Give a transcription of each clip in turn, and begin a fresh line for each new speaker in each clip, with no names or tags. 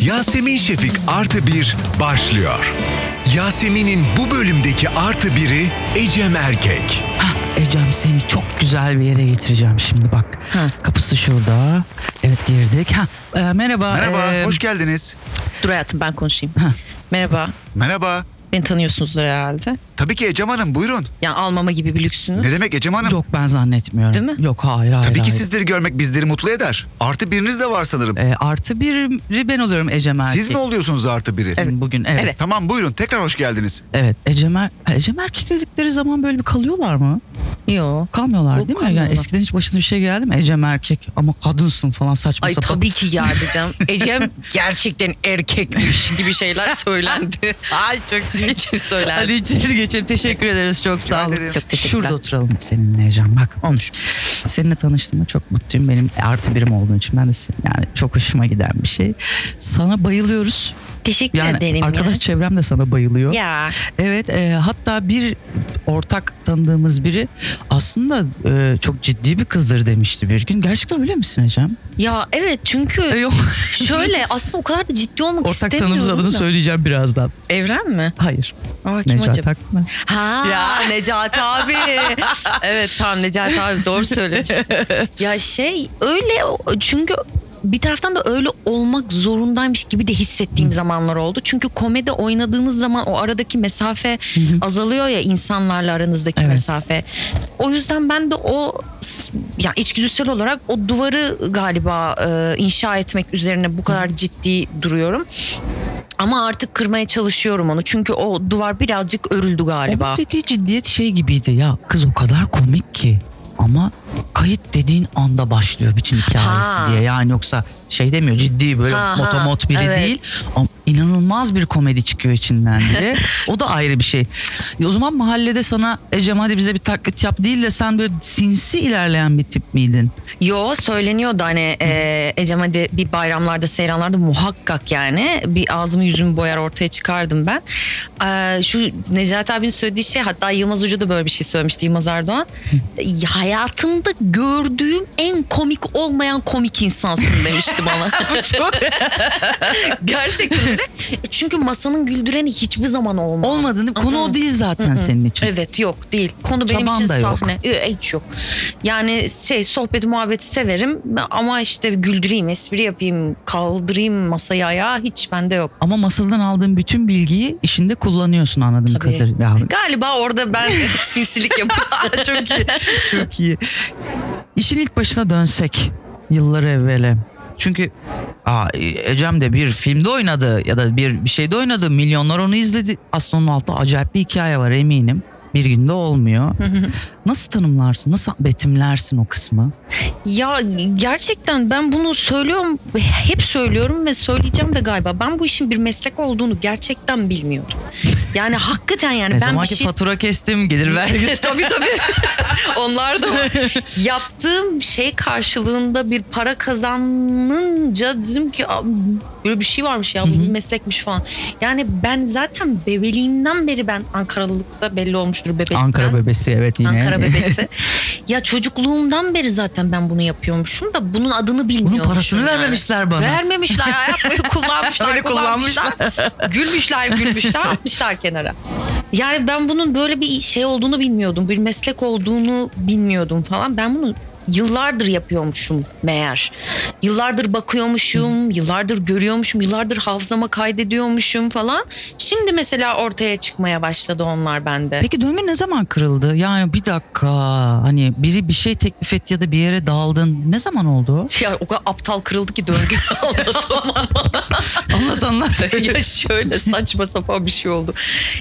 Yasemin Şefik Artı Bir başlıyor. Yasemin'in bu bölümdeki artı biri Ecem Erkek.
Hah, Ecem seni çok güzel bir yere getireceğim şimdi bak. Kapısı şurada. Evet girdik. Ha, e, merhaba.
Merhaba,
e,
hoş geldiniz.
Dur hayatım ben konuşayım.
Heh.
Merhaba.
Merhaba.
Beni tanıyorsunuzdur herhalde.
Tabii ki Ecem Hanım, buyurun.
Yani almama gibi bir lüksünüz.
Ne demek Ecem Hanım?
Yok ben zannetmiyorum.
Değil mi?
Yok hayır hayır.
Tabii ki
hayır.
sizleri görmek bizleri mutlu eder. Artı biriniz de var sanırım.
E, artı biri ben oluyorum Ecem Erkek.
Siz mi oluyorsunuz artı biri?
Bugün evet. Evet.
Evet.
Tamam buyurun tekrar hoş geldiniz.
Ecem, er, Ecem Erkek dedikleri zaman böyle bir kalıyorlar mı?
Yok.
Kalmıyorlar
Yok,
değil mi? Yani
kalmıyorlar.
eskiden hiç başına bir şey geldi mi? Ecem Erkek ama kadınsın falan saçma
Ay
sapan.
tabii ki ya diyeceğim. Ecem gerçekten erkekmiş gibi şeyler söylendi. Ay çok ilginç
Hadi
söylendi.
içeri geçelim. Teşekkür ederiz. Çok sağ olun.
ederim.
Çok teşekkürler.
Şurada oturalım seninle Ecem. Bak konuş. Seninle tanıştığıma çok mutluyum. Benim artı birim olduğun için ben de sin- yani çok hoşuma giden bir şey. Sana bayılıyoruz.
Teşekkür
Yani
ederim
arkadaş çevrem de sana bayılıyor.
ya.
Evet e, hatta bir ortak tanıdığımız biri aslında e, çok ciddi bir kızdır demişti bir gün. Gerçekten öyle misin Ecem?
Ya
E,
evet çünkü
yok.
şöyle aslında o kadar da ciddi olmak
Ortak
istemiyorum.
tanığımız adını
da.
söyleyeceğim birazdan.
Evren mi?
Hayır.
Aa, kim
Necati
acaba?
Akman.
Ha
Ya.
Necati abi. evet tam Necati abi doğru söylemiş. ya şey öyle çünkü bir taraftan da öyle olmak zorundaymış gibi de hissettiğim zamanlar oldu. Çünkü komedi oynadığınız zaman o aradaki mesafe azalıyor ya insanlarla aranızdaki
Evet.
mesafe. O yüzden ben de o yani içgüdüsel olarak o duvarı galiba e, inşa etmek üzerine bu kadar ciddi duruyorum. Ama artık kırmaya çalışıyorum onu. Çünkü o duvar birazcık örüldü galiba.
Onun dediği ciddiyet şey gibiydi ya. Kız o kadar komik ki ama kayıt dediğin anda başlıyor bütün hikayesi
Ha.
diye. Yani yoksa şey demiyor ciddi böyle
Ha, ha,
motomot biri
evet.
değil. Ama inanılmaz bir komedi çıkıyor içinden diye. o da ayrı bir şey. Ya O zaman mahallede sana Ecem hadi bize bir taklit yap değil de sen böyle sinsi ilerleyen bir tip miydin?
Yo söyleniyordu hani e, Ecem hadi bir bayramlarda seyranlarda muhakkak yani bir ağzımı yüzümü boyar ortaya çıkardım ben. E, şu Necati abinin söylediği şey hatta Yılmaz Ucu da böyle bir şey söylemişti Yılmaz Erdoğan. E, Hayatımda gördüğüm en komik olmayan komik insansın demişti bana. Gerçekten öyle. E, Çünkü masanın güldüreni hiçbir zaman olmaz.
Olmadığını konu o değil zaten senin için.
Evet yok değil. Konu benim
Çaban
için
da yok.
sahne. Yok. Hiç yok. Yani şey sohbet muhabbeti severim ama işte güldüreyim, espri yapayım, kaldırayım masayı ayağa hiç bende yok.
Ama masadan aldığın bütün bilgiyi işinde kullanıyorsun anladığım
Tabii.
kadarıyla.
Galiba orada ben sinsilik yapıp çok iyi.
Çok iyi. İşin ilk başına dönsek yıllar evvele. Çünkü aa, Ecem de bir filmde oynadı ya da bir, bir şeyde oynadı. Milyonlar onu izledi. Aslında onun altında acayip bir hikaye var eminim. Bir günde olmuyor. nasıl tanımlarsın? Nasıl betimlersin o kısmı?
Ya gerçekten ben bunu söylüyorum, hep söylüyorum ve söyleyeceğim de galiba. Ben bu işin bir meslek olduğunu gerçekten bilmiyorum. Yani hakikaten yani
ne
ben
zaman
bir
ki
şey
fatura kestim gelir vergi.
tabii tabii. Onlar da var. Yaptığım şey karşılığında bir para kazanınca dedim ki "Aa, böyle bir şey varmış ya bu bir meslekmiş falan. Yani ben zaten bebeliğimden beri ben Ankaralılıkta belli olmuştur bebelikten.
Ankara bebesi evet yine.
Ankara bebesi. ya çocukluğumdan beri zaten ben bunu yapıyormuşum da bunun adını bilmiyormuşum.
Bunun parasını
yani.
vermemişler bana.
Vermemişler. Yapmayı kullanmışlar.
Öyle
kullanmışlar. gülmüşler gülmüşler atmışlar kenara. Yani ben bunun böyle bir şey olduğunu bilmiyordum. Bir meslek olduğunu bilmiyordum falan. Ben bunu yıllardır yapıyormuşum meğer. Yıllardır bakıyormuşum, yıllardır görüyormuşum, yıllardır hafızama kaydediyormuşum falan. Şimdi mesela ortaya çıkmaya başladı onlar bende.
Peki döngü ne zaman kırıldı? Yani bir dakika hani biri bir şey teklif etti ya da bir yere daldın. Ne zaman oldu?
Ya o kadar aptal kırıldı ki döngü anlatamam.
anlat anlat.
ya şöyle saçma sapan bir şey oldu.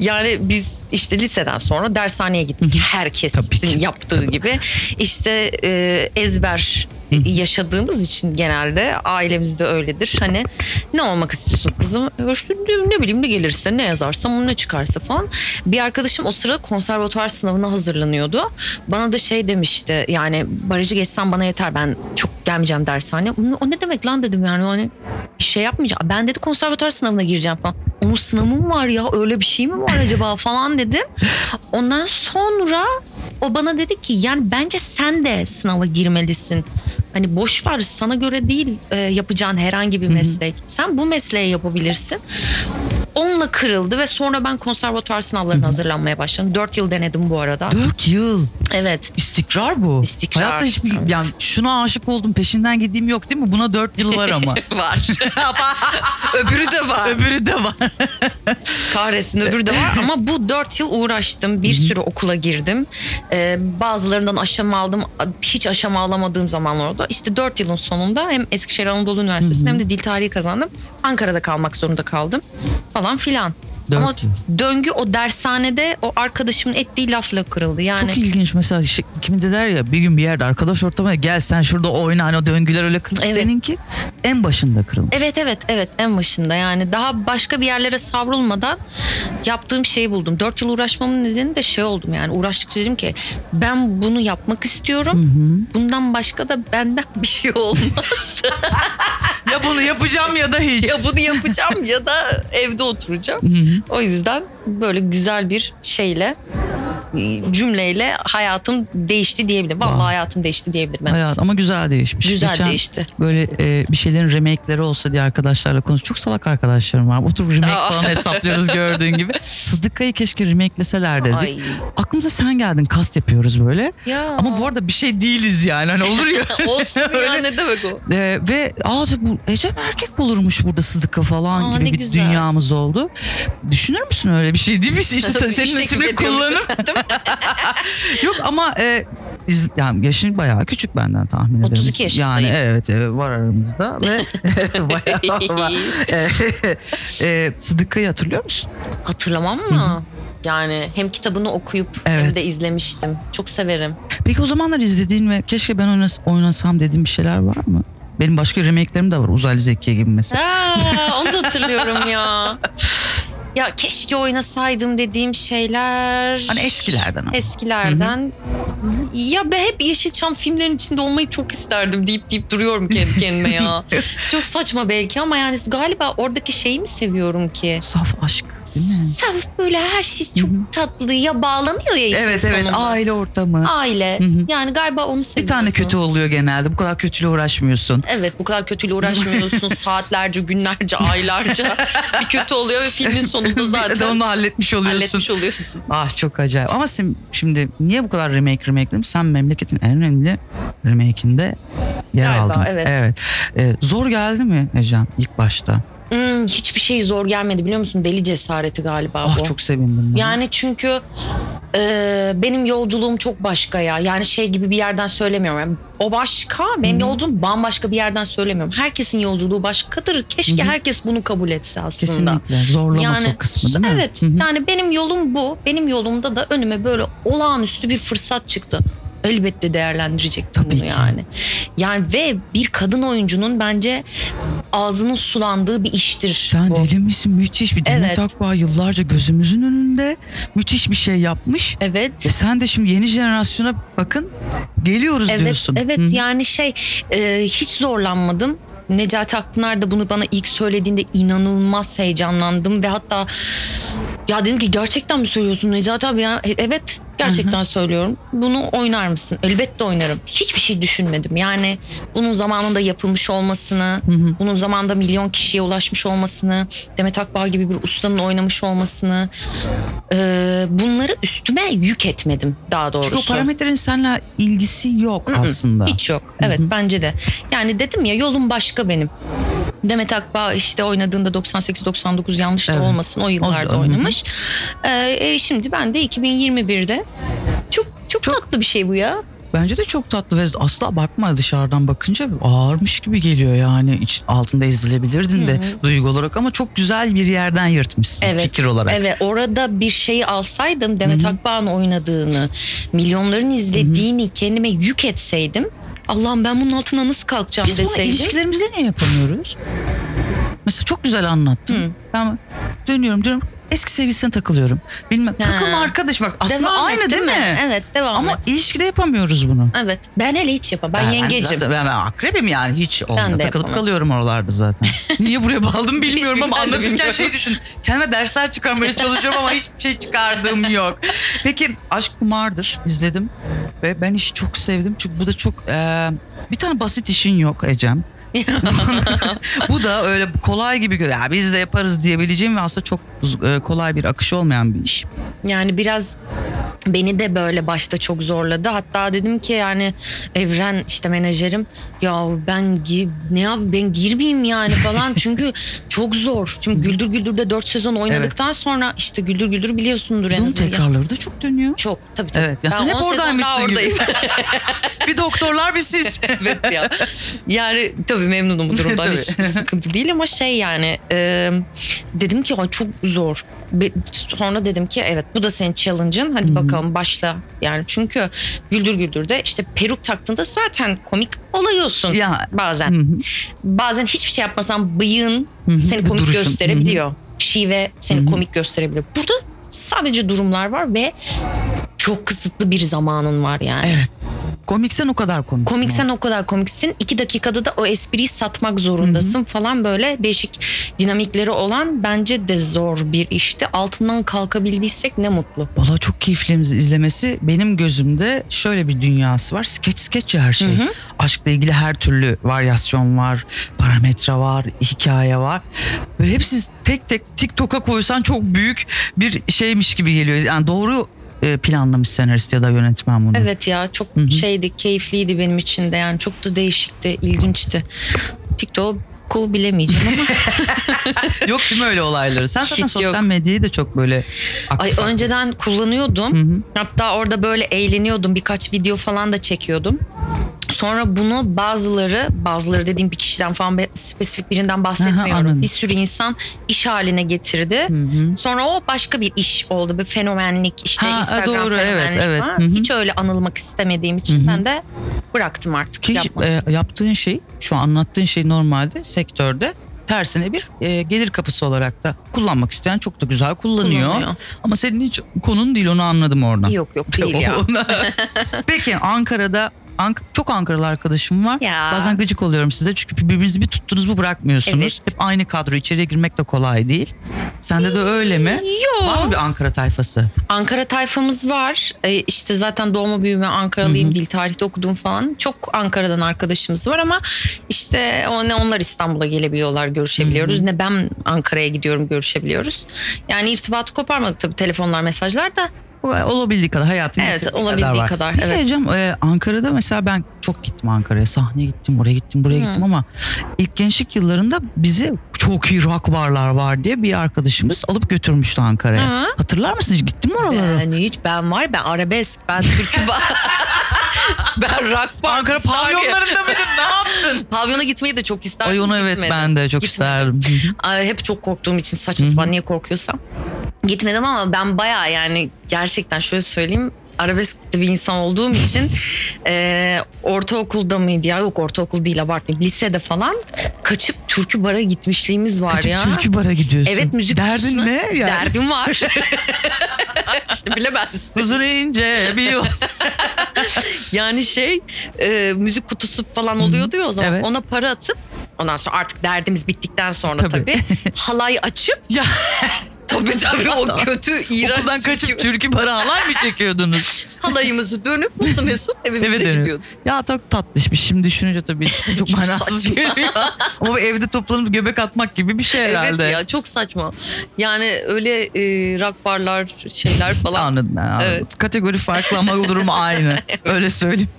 Yani biz işte liseden sonra dershaneye gittik.
Tabii
Herkesin
ki.
yaptığı gibi. İşte e, ezber yaşadığımız için genelde ailemizde öyledir. Hani ne olmak istiyorsun kızım? İşte ne- ne bileyim ne gelirse ne yazarsam ne çıkarsa falan. Bir arkadaşım o sırada konservatuvar sınavına hazırlanıyordu. Bana da şey demişti yani barajı geçsem bana yeter ben çok gelmeyeceğim dershane. O ne demek lan dedim yani hani bir şey yapmayacağım. Ben dedi konservatuvar sınavına gireceğim falan. Onun sınavı mı var ya öyle bir şey mi var acaba falan dedim. Ondan sonra o bana dedi ki yani bence sen de sınava girmelisin. Hani boş ver sana göre değil e, yapacağın herhangi bir meslek. Sen bu mesleği yapabilirsin. Onunla kırıldı ve sonra ben konservatuvar sınavlarına hazırlanmaya başladım. Dört yıl denedim bu arada.
4 yıl
Evet.
istikrar bu.
İstikrar,
Hayatta hiçbir
evet.
yani şuna aşık oldum peşinden gittiğim yok değil mi? Buna 4 yıl var ama.
Var. Öbürü de var.
Öbürü de var.
Kahretsin öbürü de var ama bu dört yıl uğraştım. Bir sürü okula girdim. Ee, bazılarından aşama aldım. Hiç aşama alamadığım zamanlar oldu. İşte dört yılın sonunda hem Eskişehir Anadolu Üniversitesi'nde hem de dil tarihi kazandım. Ankara'da kalmak zorunda kaldım falan filan.
Dört
ama
yıl.
döngü o dershanede o arkadaşımın ettiği lafla kırıldı. Yani
Çok ilginç mesela şey, kimi de der ya bir gün bir yerde arkadaş ortamına gel sen şurada oyna hani o döngüler öyle kırılmış.
Evet.
Seninki en başında kırılmış.
Evet evet evet en başında yani daha başka bir yerlere savrulmadan yaptığım şeyi buldum. Dört yıl uğraşmamın nedeni de şey oldum yani uğraştıkça dedim ki ben bunu yapmak istiyorum. Bundan başka da benden bir şey olmaz.
ya bunu yapacağım ya da hiç.
ya bunu yapacağım ya da evde oturacağım. o yüzden böyle güzel bir şeyle cümleyle hayatım değişti diyebilirim. Vallahi hayatım değişti diyebilirim. evet.
Hayat ama güzel değişmiş.
Güzel değişti.
Böyle e, bir şeylerin remake'leri olsa diye arkadaşlarla konuş. Çok salak arkadaşlarım var. Oturup remake
Aa.
falan hesaplıyoruz gördüğün gibi. Sıdıkayı keşke remake'leseler dedik.
Ay.
Aklımıza sen geldin kast yapıyoruz böyle.
Ya.
Ama bu arada bir şey değiliz yani. Hani olur ya.
Olsun ya
Öyle.
ne demek o?
Ee, ve aa bu Ecem erkek bulurmuş burada Sıdıka falan
Aa,
gibi
ne
bir
güzel.
dünyamız oldu. Düşünür müsün öyle bir şey değil mi? İşte sen-
Tabii
senin
iş teklif
ismini
ediyorum
kullanıp.
zaten.
Yok ama e, iz- yani yaşın bayağı küçük benden tahmin ederim.
32 yaşındayım.
Yani evet e, var aramızda ve bayağı var. E, e, Sıdıka'yı hatırlıyor musun?
Hatırlamam mı? Yani hem kitabını okuyup hem
Evet.
de izlemiştim. Çok severim.
Peki o zamanlar izlediğin ve keşke ben oynas- oynasam dediğin bir şeyler var mı? Benim başka remake'lerim de var. Uzaylı Zekiye gibi mesela.
Aa, onu da hatırlıyorum ya. Ya keşke oynasaydım dediğim şeyler.
Hani eskilerden ama.
Eskilerden. Ya ben hep Yeşilçam filmlerin içinde olmayı çok isterdim deyip deyip duruyorum kendi kendime ya. çok saçma belki ama yani galiba oradaki şeyi mi seviyorum ki?
Saf aşk değil mi?
Saf böyle her şey çok tatlı ya bağlanıyor ya işin
Evet evet
sonunda.
aile ortamı.
aile. Yani galiba onu
Bir
seviyorum.
tane kötü oluyor genelde. Bu kadar kötüyle uğraşmıyorsun.
Evet bu kadar kötüyle uğraşmıyorsun saatlerce, günlerce, aylarca. bir kötü oluyor ve filmin sonunda
Bir de
zaten
onu halletmiş oluyorsun.
halletmiş oluyorsun.
Ah çok acayip. Ama sen- şimdi niye bu kadar remake remake dedim? Sen memleketin en önemli remake'inde yer
Galiba,
aldın.
evet.
Ee, zor geldi mi Ecem ilk başta?
Hmm, hiçbir şey zor gelmedi biliyor musun? Deli cesareti galiba
Ah
bu.
çok sevindim. buna.
Yani çünkü e, benim yolculuğum çok başka ya. Yani şey gibi bir yerden söylemiyorum. Yani o başka, benim yolculuğum bambaşka bir yerden söylemiyorum. Herkesin yolculuğu başkadır. Keşke herkes bunu kabul etse aslında.
Kesinlikle. Zorlaması o kısmı değil mi?
Evet yani benim yolum bu. Benim yolumda da önüme böyle olağanüstü bir fırsat çıktı. Elbette değerlendirecektim
Tabii
bunu
ki.
yani. Yani ve bir kadın oyuncunun bence ağzının sulandığı bir iştir
Sen
bu.
deli misin? Müthiş bir Demet
Evet.
Akbağ yıllarca gözümüzün önünde müthiş bir şey yapmış.
Evet.
E sen de şimdi yeni jenerasyona bakın geliyoruz
Evet,
diyorsun.
evet
Hı.
yani şey e, hiç zorlanmadım. Necati Akpınar da bunu bana ilk söylediğinde inanılmaz heyecanlandım ve hatta ya dedim ki gerçekten mi söylüyorsun Necati abi ya? E, evet gerçekten söylüyorum. Bunu oynar mısın? Elbette oynarım. Hiçbir şey düşünmedim. Yani bunun zamanında yapılmış olmasını, bunun zamanında milyon kişiye ulaşmış olmasını, Demet Akbağ gibi bir ustanın oynamış olmasını e, bunları üstüme yük etmedim daha doğrusu.
Çünkü o parametrenin seninle ilgisi yok aslında.
Hiç yok. Evet bence de. Yani dedim ya yolum başka benim. Demet Akbağ işte oynadığında 98-99 yanlış da
Evet.
olmasın o
O-
yıllarda
hı hı.
oynamış. Ee, e, şimdi ben de 2021'de çok, çok tatlı bir şey bu ya.
Bence de çok tatlı ve asla bakma dışarıdan bakınca ağırmış gibi geliyor yani İç- altında ezilebilirdin de duygu olarak ama çok güzel bir yerden yırtmışsın fikir olarak.
Evet orada bir şeyi alsaydım Demet Akbağ'ın oynadığını, milyonların izlediğini kendime yük etseydim Allah'ım ben bunun altına nasıl kalkacağım
Biz bunu
deseydim.
ilişkilerimizde niye yapamıyoruz? Mesela çok güzel anlattın. Ben dönüyorum diyorum eski sevgilisine takılıyorum. Bilmem
Ha.
takılma arkadaş bak aslında
Devam et,
aynı değil mi?
Evet devam
Ama
et.
ilişkide yapamıyoruz bunu.
Evet ben hele hiç yapamam. Ben, E, yengecim.
zaten- Ben, ben akrebim yani hiç olmuyor.
de
Takılıp
yapamam.
kalıyorum oralarda zaten. Niye buraya bağladım bilmiyorum ama
Ben de
anlatırken
bilmiyorum.
şey düşün. Kendime dersler çıkarmaya çalışıyorum ama hiçbir şey çıkardığım yok. Peki aşk kumardır izledim. ve ben işi çok sevdim. Çünkü bu da çok e, bir tane basit işin yok Ecem. bu da öyle kolay gibi gö- ya biz de yaparız diyebileceğim ve aslında çok z- e, kolay bir akışı olmayan bir iş.
Yani biraz beni de böyle başta çok zorladı. Hatta dedim ki yani Evren işte menajerim ya ben gi- ne yap ben girmeyeyim yani falan çünkü çok zor. Çünkü Güldür Güldür'de 4 sezon oynadıktan sonra işte Güldür Güldür biliyorsundur en
Bunun
azından. Ya-
tekrarları da çok dönüyor.
Çok tabii tabii.
Evet ya sen
Ben
hep
10 sezon daha
oradaymışsın gibi.
oradayım.
bir doktorlar bir siz.
evet ya. Yani tabii memnunum bu durumdan
Tabii.
hiç sıkıntı değil ama şey yani e, dedim ki "Ay çok zor. Be- sonra dedim ki evet bu da senin challenge'ın hadi bakalım başla. Yani çünkü güldür güldür de işte peruk taktığında zaten komik oluyorsun
Ya.
bazen. Bazen hiçbir şey yapmasan bıyığın seni
Bir
komik
duruşun.
gösterebiliyor. Şive seni komik gösterebiliyor. Burada sadece durumlar var ve çok kısıtlı bir zamanın var yani.
Evet. Komiksen o kadar komik.
Komiksen o kadar komiksin. iki dakikada da o espriyi satmak zorundasın falan böyle değişik dinamikleri olan bence de zor bir işti. Altından kalkabildiysek ne mutlu.
Valla çok keyifli izlemesi. Benim gözümde şöyle bir dünyası var. Skeç skeç ya her şey. Aşkla ilgili her türlü varyasyon var. Parametre var. Hikaye var. Böyle hepsi tek tek TikTok'a koysan çok büyük bir şeymiş gibi geliyor. Yani doğru e, planlamış senarist ya da yönetmen bunu.
Evet ya çok şeydi keyifliydi benim için de yani çok da değişikti ilginçti. TikTok'u bilemeyeceğim ama
Yok değil mi öyle olayları? Sen zaten
Hiç
sosyal
yok.
medyayı da çok böyle aktif
ay
aktif.
önceden kullanıyordum. Hatta orada böyle eğleniyordum birkaç video falan da çekiyordum. Sonra bunu bazıları, bazıları dediğim bir kişiden falan be- spesifik birinden bahsetmiyorum.
anladım.
bir sürü insan iş haline getirdi. Sonra o başka bir iş oldu. Bir fenomenlik işte
Ha,
Instagram
doğru, evet,
fenomenlik
evet.
var.
Hı hı.
Hiç öyle anılmak istemediğim için ben de bıraktım artık.
Ki
yapmadım.
e, yaptığın şey, şu an anlattığın şey normalde sektörde tersine bir e, gelir kapısı olarak da kullanmak isteyen çok da güzel kullanıyor.
Kullanıyor.
Ama senin hiç konun değil onu anladım oradan.
Yok yok değil ya.
Ona- Peki Ankara'da Ank- çok Ankaralı arkadaşım var.
Ya.
Bazen gıcık oluyorum size çünkü birbirinizi bir tuttunuz mu bırakmıyorsunuz.
Evet.
Hep aynı kadro içeriye girmek de kolay değil. Sende de öyle mi?
Yok.
Var mı bir Ankara tayfası?
Ankara tayfamız var. Ee, işte zaten doğma büyüme Ankaralıyım, dil tarihte okudum falan. Çok Ankara'dan arkadaşımız var ama işte o ne onlar İstanbul'a gelebiliyorlar, görüşebiliyoruz. Ne ben Ankara'ya gidiyorum, görüşebiliyoruz. Yani irtibatı koparmadık tabii telefonlar, mesajlar da.
Olabildiği kadar hayatın
Evet,
getirdiği
olabildiği
var.
kadar,
Bir
evet.
de Cem, e, Ankara'da mesela ben çok gittim Ankara'ya. Sahneye gittim, oraya gittim, buraya gittim ama ilk gençlik yıllarında bizi çok iyi rock barlar var diye bir arkadaşımız alıp götürmüştü Ankara'ya.
Hı.
Hatırlar mısın? Hiç Gittin mi oralara?
Yani hiç ben var, ben arabesk, ben türkü ba- ben rock bar-
Ankara
Sarıya.
pavyonlarında mıydın? Ne yaptın?
Pavyona gitmeyi de çok isterdim.
Ay onu evet
gitmedim.
ben de çok
Gitmedim.
isterdim.
Ay, hep çok korktuğum için saçma sapan niye korkuyorsam. Gitmedim ama ben baya yani gerçekten şöyle söyleyeyim arabesk de bir insan olduğum için e, ortaokulda mıydı ya yok ortaokul değil abartmayayım lisede falan kaçıp türkü bara gitmişliğimiz var
Kaçıp
ya.
türkü bara gidiyorsun.
Evet müzik
Derdin
kursuna-
ne? Yani?
Derdim var. işte bilemezsin.
Uzun ince bir yol.
Yani şey e, müzik kutusu falan oluyordu ya o zaman
Evet.
ona para atıp ondan sonra artık derdimiz bittikten sonra
Tabii.
tabii, halay açıp
ya,
tabii tabii o kötü iğrenç
okuldan
türkü-
kaçıp türkü bara alay mı çekiyordunuz?
halayımızı dönüp mutlu mesut evimize
Eve dönüyor.
gidiyorduk.
Ya çok tatlışmış. Şimdi düşününce tabii çok
Çok
manasız
saçma.
geliyor. Ama evde toplanıp göbek atmak gibi bir şey herhalde.
Evet ya çok saçma. Yani öyle e, rock barlar şeyler falan.
Anladım ben anladım.
Evet.
Kategori farklı ama durumu aynı. Öyle söyleyeyim.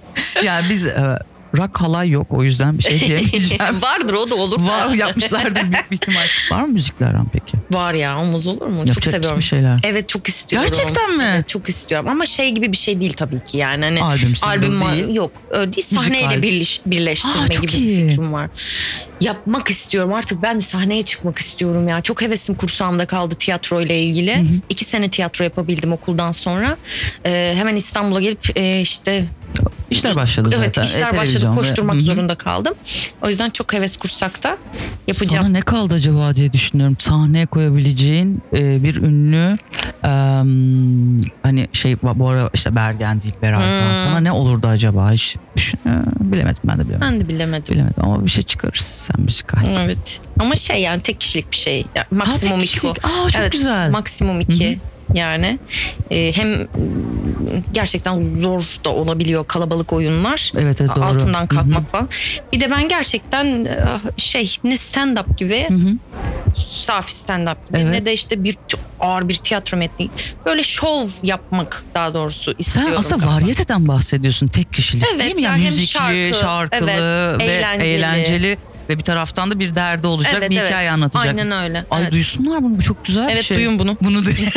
Yani biz e, rak halay yok o yüzden bir şey diyemeyeceğim.
Vardır o da olur.
Var yapmışlardır büyük bir ihtimal. Var mı müzikler an peki?
Var ya omuz olur mu? çok
Yapacak
seviyorum.
bir şeyler.
Evet çok istiyorum.
Gerçekten mi?
Evet, çok istiyorum ama şey gibi bir şey değil tabii ki yani. Hani
Albüm, single
ma-
değil.
Yok öyle değil sahneyle
albüm.
birleş- birleştirme
Aa, çok
gibi
iyi.
bir fikrim var. Yapmak istiyorum artık ben sahneye çıkmak istiyorum ya. Çok hevesim kursağımda kaldı tiyatro ile ilgili. İki sene tiyatro yapabildim okuldan sonra. Ee, hemen İstanbul'a gelip e, işte
İşler başladı zaten.
evet
E,
işler başladı
televizyonda.
koşturmak
Hı hı.
zorunda kaldım. O yüzden çok heves kursakta yapacağım.
Sana ne kaldı acaba diye düşünüyorum. Sahneye koyabileceğin e, bir ünlü em, hani şey bu ara işte Bergen değil Beray hmm. sana ne olurdu acaba hiç düşün, e, bilemedim ben de bilemedim.
Ben de bilemedim.
Bilemedim ama bir şey çıkarırız sen müzikal.
Hmm. Evet. Ama şey yani tek kişilik bir şey. Ya, maksimum
tek
iki.
kişilik. Aa, çok güzel.
Maksimum iki. Yani e, hem gerçekten zor da olabiliyor kalabalık oyunlar.
Evet, evet, doğru.
Altından kalkmak
Hı
falan. Bir de ben gerçekten e, şey ne stand up gibi safi stand up gibi
Evet.
ne de işte bir çok ağır bir tiyatro metni böyle şov yapmak daha doğrusu
Sen
istiyorum.
aslında
ben.
varyeteden bahsediyorsun tek kişilik
Evet,
değil mi? Yani
yani hem
müzikli,
şarkı,
şarkılı
evet,
ve eğlenceli.
eğlenceli.
ve bir taraftan da bir derdi olacak
Evet,
bir
evet.
hikaye anlatacak.
Aynen öyle.
Ay
Evet.
duysunlar bunu bu çok güzel bir
Evet,
şey.
duyun bunu.
Bunu duy-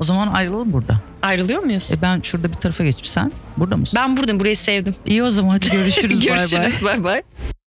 o zaman ayrılalım burada.
Ayrılıyor muyuz?
E ben şurada bir tarafa geçip sen burada mısın?
Ben buradayım burayı sevdim.
İyi o zaman hadi görüşürüz. bay bay.
Görüşürüz bay bay.